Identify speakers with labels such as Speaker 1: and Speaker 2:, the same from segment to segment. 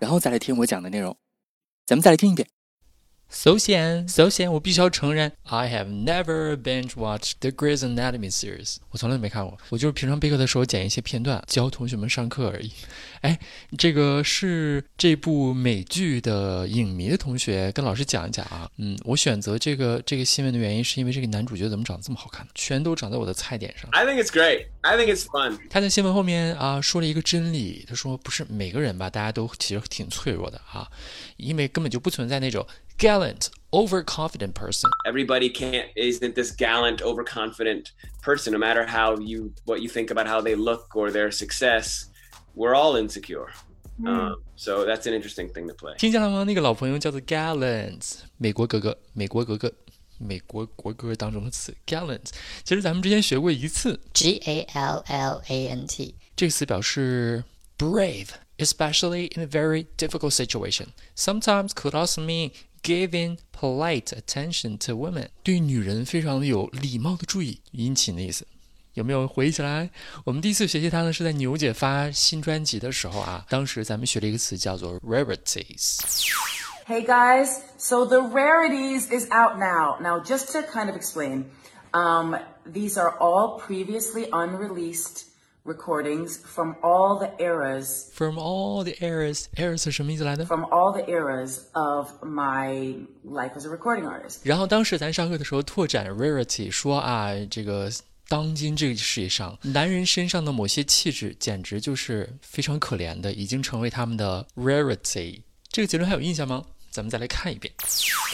Speaker 1: 然后再来听我讲的内容。咱们再来听一遍。
Speaker 2: 首先，首先我必须要承认，I have never binge watched the Grey's Anatomy series，我从来没看过，我就是平常备课的时候剪一些片段，教同学们上课而已。哎，这个是这部美剧的影迷的同学跟老师讲一讲啊。嗯，我选择这个这个新闻的原因是因为这个男主角怎么长得这么好看，全都长在我的菜点上。
Speaker 3: I think it's great. I think it's fun.
Speaker 2: 他在新闻后面啊说了一个真理，他说不是每个人吧，大家都其实挺脆弱的啊，因为根本就不存在那种 gallant overconfident person。
Speaker 3: Everybody can't isn't this gallant, overconfident person, no matter how you what you think about how they look or their success. We're all insecure. Um, so that's an interesting thing to play.
Speaker 2: 听见了吗？那个老朋友叫做 gallant，美国格格，美国格格，美国国歌当中的词 gallant。其实咱们之前学过一次，
Speaker 4: G A L L A N T。
Speaker 2: 这个词表示 brave, especially in a very difficult situation. Sometimes could also mean giving polite attention to women，对女人非常有礼貌的注意，殷勤的意思。有没有回忆起来？我们第一次学习它呢，是在牛姐发新专辑的时候啊。当时咱们学了一个词叫做 rarities。
Speaker 5: Hey guys, so the Rarities is out now. Now, just to kind of explain, um, these are all previously unreleased recordings from all the eras,
Speaker 2: From all the eras, eras 是什么意思来的？
Speaker 5: from all the eras of my life as a recording artist.
Speaker 2: 然后当时咱上课的时候拓展 rarity，说啊，这个当今这个世界上，男人身上的某些气质简直就是非常可怜的，已经成为他们的 rarity。这个结论还有印象吗？咱们再来看一遍。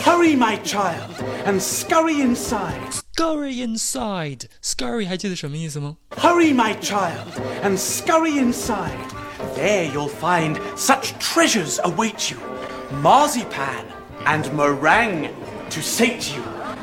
Speaker 6: Hurry, my child, and scurry inside.
Speaker 2: Scurry inside, scurry 还记得什么意思吗？
Speaker 6: Hurry, my child, and scurry inside. There you'll find such treasures await you marzipan and meringue to sate you.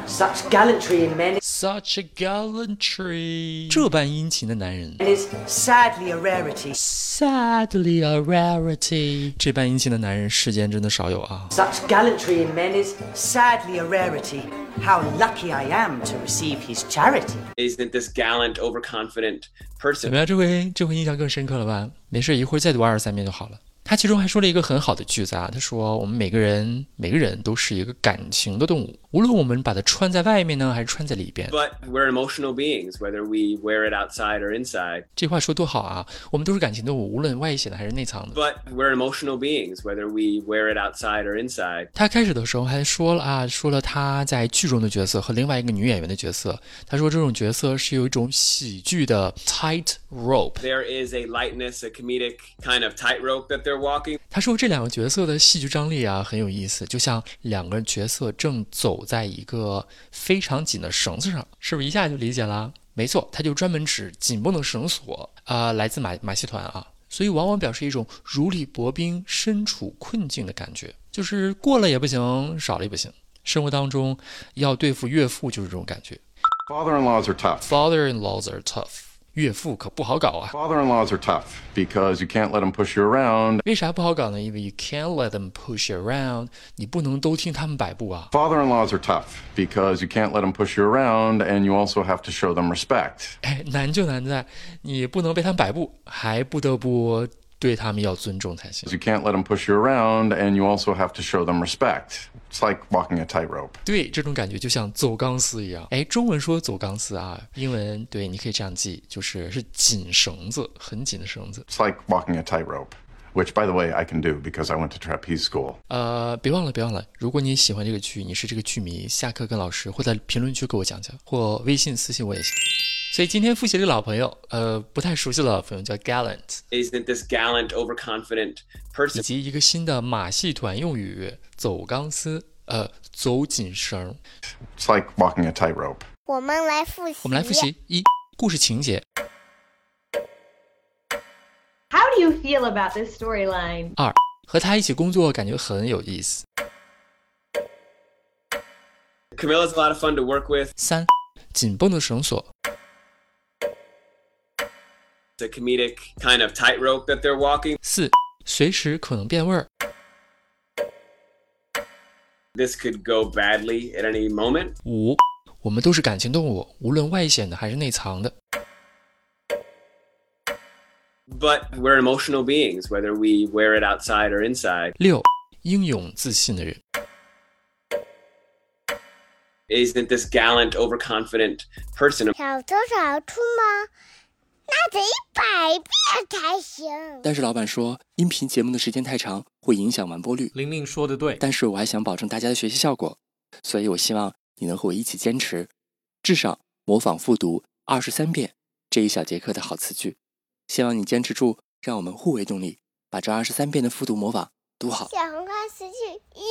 Speaker 7: Such gallantry in men
Speaker 2: Such a gallantry，这般殷勤的男人。
Speaker 7: is sadly a rarity.
Speaker 2: Sadly a rarity，这般殷勤的男人世间真的少有啊。
Speaker 7: Such gallantry in men is sadly a rarity. How lucky I am to receive his charity.
Speaker 3: Isn't this gallant, overconfident
Speaker 2: 怎
Speaker 3: person?
Speaker 2: 么样？这回这回印象更深刻了吧？没事，一会儿再读二十三遍就好了。他其中还说了一个很好的句子啊，他说我们每个人每个人都是一个感情的动物，无论我们把它穿在外面呢，还是穿在里边。
Speaker 3: But we're emotional beings, whether we wear it outside or inside.
Speaker 2: 这话说多好啊！我们都是感情动物，无论外显的还是内藏的。
Speaker 3: But we're emotional beings, whether we wear it outside or inside.
Speaker 2: 他开始的时候还说了啊，说了他在剧中的角色和另外一个女演员的角色。他说这种角色是有一种喜剧的 tight rope。
Speaker 3: There is a lightness, a comedic kind of tightrope that they're walking.
Speaker 2: 他说这两个角色的戏剧张力啊很有意思，就像两个角色正走在一个非常紧的绳子上，是不是一下就理解了？没错，他就专门指紧绷的绳索啊、来自马马戏团啊，所以往往表示一种如履薄冰、身处困境的感觉，就是过了也不行，少了也不行。生活当中要对付岳父就是这种感觉
Speaker 8: Father-in-laws are tough.
Speaker 2: ，father-in-laws are tough，岳父可不好搞啊。
Speaker 8: Father-in-laws are tough because you can't let them push you around.
Speaker 2: 为啥不好搞呢？因为 you can't let them push you around，你不能都听他们摆布啊。
Speaker 8: Father-in-laws are tough because you can't let them push you around and you also have to show them respect.
Speaker 2: 哎，难就难在你不能被他们摆布，还不得不对他们要尊重才行。
Speaker 8: You can't let them push you around and you also have to show them respect. It's like walking a tightrope.
Speaker 2: 对，这种感觉就像走钢丝一样。哎，中文说走钢丝啊，英文对，你可以这样记，就是是紧绳子，很紧的绳子。
Speaker 8: It's like walking a tightrope, which by the way I can do because I went to trapeze school.
Speaker 2: 呃，别忘了，别忘了，如果你喜欢这个剧，你是这个剧迷，下课跟老师或在评论区给我讲讲，或微信私信我也行。所以今天复习这个老朋友，呃，不太熟悉的老朋友叫 Gallant，
Speaker 3: Isn't this gallant, overconfident
Speaker 2: 以
Speaker 3: person?
Speaker 2: 及一个新的马戏团用语走钢丝，呃，走紧绳。
Speaker 8: It's like walking a tightrope.
Speaker 9: 我们来复习，
Speaker 2: 我们来复。习一故事情节，
Speaker 10: How do you feel about this storyline?
Speaker 2: 二和他一起工作感觉很有意思。
Speaker 3: Camilla's a lot of fun to work with.
Speaker 2: 三，紧绷的绳索
Speaker 3: It's a comedic kind of tightrope that they're walking.
Speaker 2: 四，随时可能变味儿。
Speaker 3: This could go badly at any moment.
Speaker 2: 五，我们都是感情动物，无论外显的还是内藏的。
Speaker 3: But we're emotional beings, whether we wear it outside or inside.
Speaker 2: 六，英勇自信的人。
Speaker 3: Isn't this gallant, overconfident person
Speaker 11: 小偷小兔吗？那得一百遍才行。
Speaker 1: 但是老板说，音频节目的时间太长，会影响完播率。
Speaker 12: 玲玲说的对，
Speaker 1: 但是我还想保证大家的学习效果，所以我希望你能和我一起坚持，至少模仿复读二十三遍这一小节课的好词句。希望你坚持住，让我们互为动力，把这二十三遍的复读模仿读好。
Speaker 11: 小红花词句一，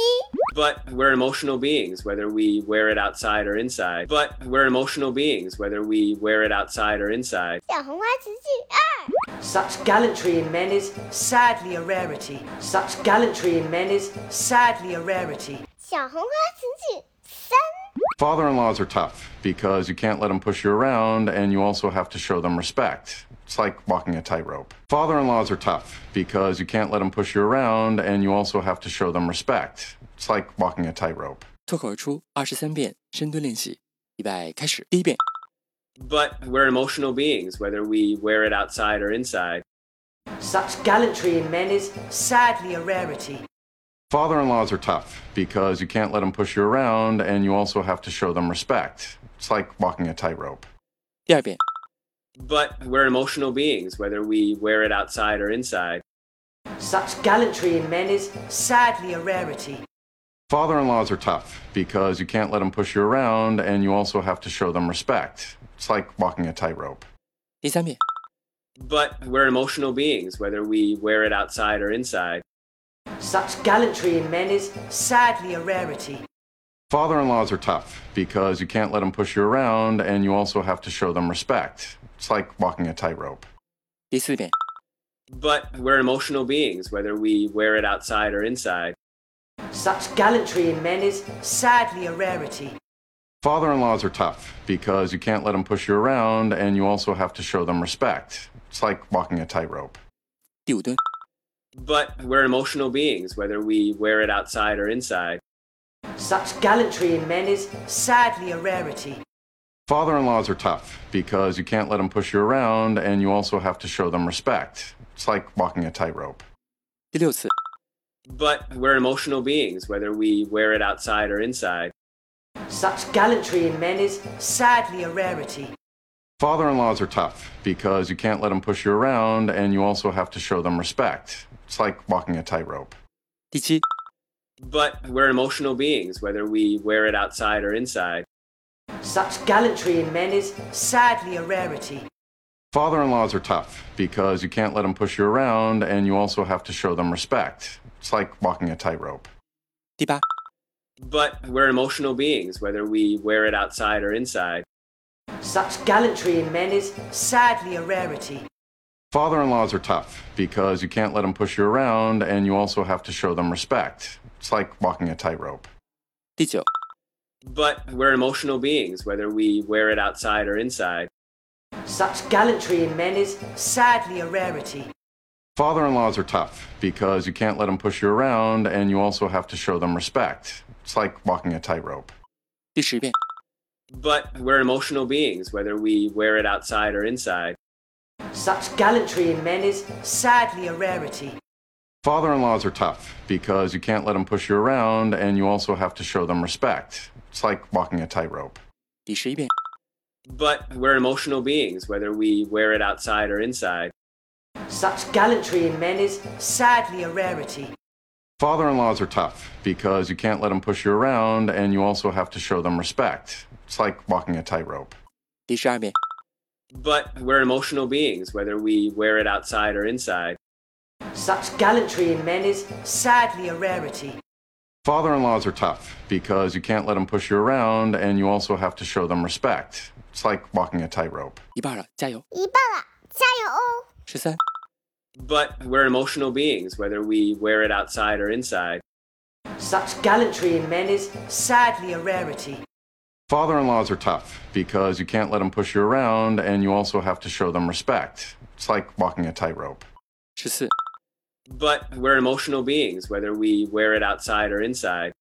Speaker 3: But we're emotional beings, whether we wear it outside or inside. But we're emotional beings, whether we wear it outside or inside.
Speaker 11: 小红花词句二，
Speaker 7: Such gallantry in men is sadly a rarity. Such gallantry in men is sadly a rarity.
Speaker 11: 小红花词句三，
Speaker 8: Father in laws are tough because you can't let them push you around and you also have to show them respect. It's like walking a tightrope. Father in laws are tough because you can't let them push you around and you also have to show them respect. It's like walking a tightrope.
Speaker 1: 脱口而出二十三遍深蹲练习，预备开始。第一遍，
Speaker 3: But we're emotional beings, whether we wear it outside or inside.
Speaker 7: Such gallantry in men is sadly a rarity.
Speaker 8: Father in laws are tough because you can't let them push you around and you also have to show them respect. It's like walking a tightrope.
Speaker 1: 第二遍，
Speaker 3: But we're emotional beings, whether we wear it outside or inside.
Speaker 7: Such gallantry in men is sadly a rarity.
Speaker 8: Father in laws are tough because you can't let them push you around and you also have to show them respect. It's like walking a tightrope.
Speaker 1: 第三遍，
Speaker 3: But we're emotional beings, whether we wear it outside or inside.
Speaker 7: Such gallantry in men is sadly a rarity.
Speaker 8: Father in laws are tough because you can't let them push you around and you also have to show them respect. It's like walking a tightrope.
Speaker 1: 第四遍，
Speaker 3: But we're emotional beings, whether we wear it outside or inside.
Speaker 7: Such gallantry in men is sadly a rarity.
Speaker 8: Father in laws are tough because you can't let them push you around and you also have to show them respect. It's like walking a tightrope.
Speaker 1: 第五蹲，
Speaker 3: But we're emotional beings, whether we wear it outside or inside.
Speaker 7: Such gallantry in men is sadly a rarity.
Speaker 8: Father in laws are tough because you can't let them push you around and you also have to show them respect. It's like walking a tightrope.
Speaker 1: 第六次，
Speaker 3: But we're emotional beings, whether we wear it outside or inside.
Speaker 7: Such gallantry in men is sadly a rarity.
Speaker 8: Father in laws are tough because you can't let them push you around and you also have to show them respect. It's like walking a tightrope.
Speaker 1: 第七，
Speaker 3: But we're emotional beings, whether we wear it outside or inside.
Speaker 7: Such gallantry in men is sadly a rarity.
Speaker 8: Father in laws are tough because you can't let them push you around and you also have to show them respect. It's like walking a tightrope.
Speaker 1: 第八，
Speaker 3: But we're emotional beings, whether we wear it outside or inside.
Speaker 7: Such gallantry in men is sadly a rarity.
Speaker 8: Father in laws are tough because you can't let them push you around and you also have to show them respect. It's like walking a tightrope.
Speaker 1: 第九，
Speaker 3: But we're emotional beings, whether we wear it outside or inside.
Speaker 7: Such gallantry in men is sadly a rarity.
Speaker 8: Father in laws are tough because you can't let them push you around and you also have to show them respect. It's like walking a tightrope.
Speaker 1: 第十遍，
Speaker 3: But we're emotional beings, whether we wear it outside or inside.
Speaker 7: Such gallantry in men is sadly a rarity.
Speaker 8: Father in laws are tough because you can't let them push you around and you also have to show them respect. It's like walking a tightrope.
Speaker 1: 第十一遍，
Speaker 3: But we're emotional beings, whether we wear it outside or inside.
Speaker 7: Such gallantry in men is sadly a rarity.
Speaker 8: Father in laws are tough because you can't let them push you around and you also have to show them respect. It's like walking a tightrope.
Speaker 1: 第十二遍，
Speaker 3: But we're emotional beings, whether we wear it outside or inside.
Speaker 7: Such gallantry in men is sadly a rarity.
Speaker 8: Father in laws are tough because you can't let them push you around and you also have to show them respect. It's like walking a tightrope.
Speaker 1: 一半了，加油！
Speaker 11: 一半了，加油哦！
Speaker 1: 十三、
Speaker 3: But we're emotional beings, whether we wear it outside or inside.
Speaker 7: Such gallantry in men is sadly a rarity.
Speaker 8: Father in laws are tough because you can't let them push you around and you also have to show them respect. It's like walking a tightrope.
Speaker 3: But we're emotional beings, whether we wear it outside or inside.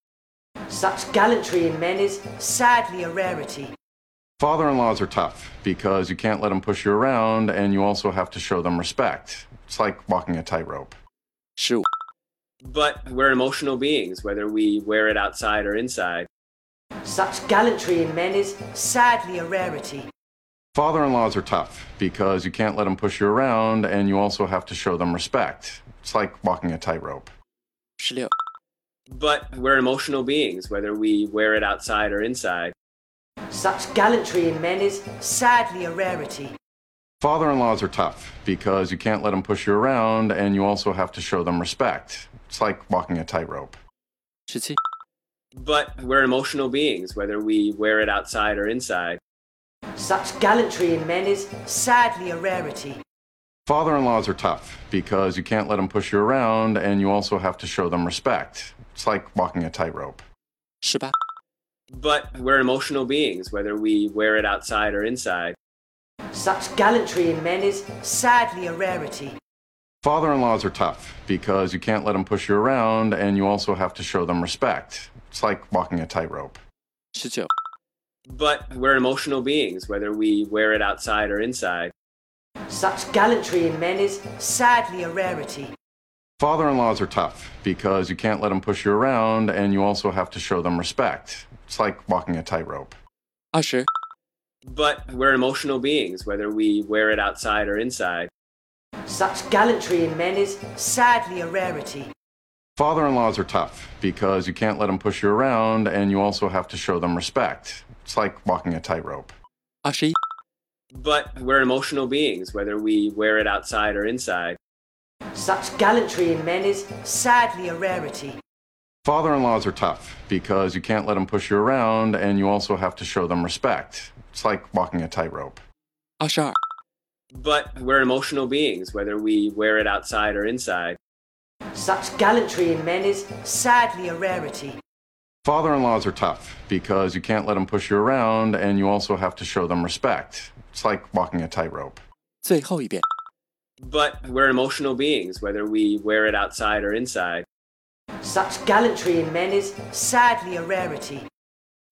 Speaker 7: Such gallantry in men is sadly a rarity.
Speaker 8: Father in laws are tough because you can't let them push you around and you also have to show them respect. It's like walking a tightrope.
Speaker 1: Shoot.
Speaker 3: But we're emotional beings, whether we wear it outside or inside.
Speaker 7: Such gallantry in men is sadly a rarity.
Speaker 8: Father in laws are tough because you can't let them push you around and you also have to show them respect. It's like walking a tightrope.
Speaker 1: 16.
Speaker 3: But we're emotional beings, whether we wear it outside or inside.
Speaker 7: Such gallantry in men is sadly a rarity.
Speaker 8: Father in laws are tough because you can't let them push you around and you also have to show them respect. It's like walking a tightrope.
Speaker 1: 17.
Speaker 3: But we're emotional beings, whether we wear it outside or inside.
Speaker 7: Such gallantry in men is sadly a rarity.
Speaker 8: Father in laws are tough because you can't let them push you around and you also have to show them respect. It's like walking a tightrope.
Speaker 1: 18.
Speaker 3: But we're emotional beings, whether we wear it outside or inside.
Speaker 7: Such gallantry in men is sadly a rarity.
Speaker 8: Father in laws are tough because you can't let them push you around and you also have to show them respect. It's like walking a tightrope.
Speaker 1: 19.
Speaker 3: But we're emotional beings, whether we wear it outside or inside.
Speaker 7: Such gallantry in men is sadly a rarity.
Speaker 8: Father in laws are tough because you can't let them push you around and you also have to show them respect. It's like walking a tightrope.
Speaker 1: 20.
Speaker 3: But we're emotional beings, whether we wear it outside or inside.
Speaker 7: Such gallantry in men is sadly a rarity.
Speaker 8: Father in laws are tough because you can't let them push you around and you also have to show them respect. It's like walking a tightrope.
Speaker 1: 21.
Speaker 3: But we're emotional beings, whether we wear it outside or inside.
Speaker 7: Such gallantry in men is sadly a rarity.
Speaker 8: Father in laws are tough because you can't let them push you around and you also have to show them respect. It's like walking a tightrope.
Speaker 1: 22.
Speaker 3: But we're emotional beings, whether we wear it outside or inside.
Speaker 7: Such gallantry in men is sadly a rarity.
Speaker 8: Father in laws are tough because you can't let them push you around and you also have to show them respect. It's like walking a tightrope.
Speaker 1: 最后一遍。
Speaker 3: But we're emotional beings, whether we wear it outside or inside.
Speaker 7: Such gallantry in men is sadly a rarity.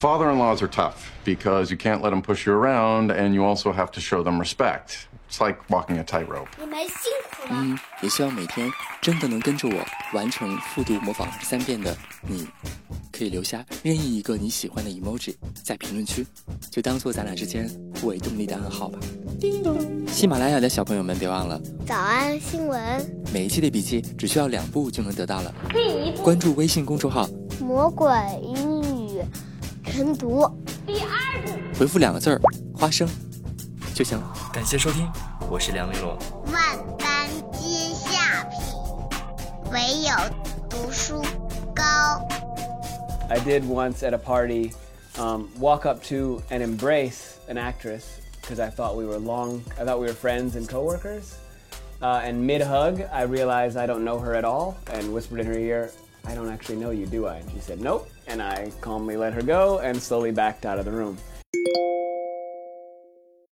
Speaker 8: Father in laws are tough because you can't let them push you around and you also have to show them respect. It's like walking a tightrope.
Speaker 11: 你们辛苦了。
Speaker 1: 嗯，也希望每天真的能跟着我完成复读模仿二十三遍的你，可以留下任意一个你喜欢的 emoji 在评论区，就当做咱俩之间互为动力的暗号吧。叮咚！喜马拉雅的小朋友们，别忘了
Speaker 9: 早安新闻，
Speaker 1: 每一期的笔记只需要两步就能得到了。
Speaker 10: 第一步，
Speaker 1: 关注微信公众号，
Speaker 9: 魔鬼英语晨读。
Speaker 10: 第二步。
Speaker 1: 回复两个字儿“花生”就行了。感谢收听，我是梁丽罗。
Speaker 11: 万般皆下品，唯有读书高。
Speaker 3: I did once at a party um, walk up to and embrace an actress because I thought we were long, I thought we were friends and coworkers. Uh, and mid hug, I realized I don't know her at all and whispered in her ear, I don't actually know you, do I? And she said, Nope. And I calmly let her go and slowly backed out of the room.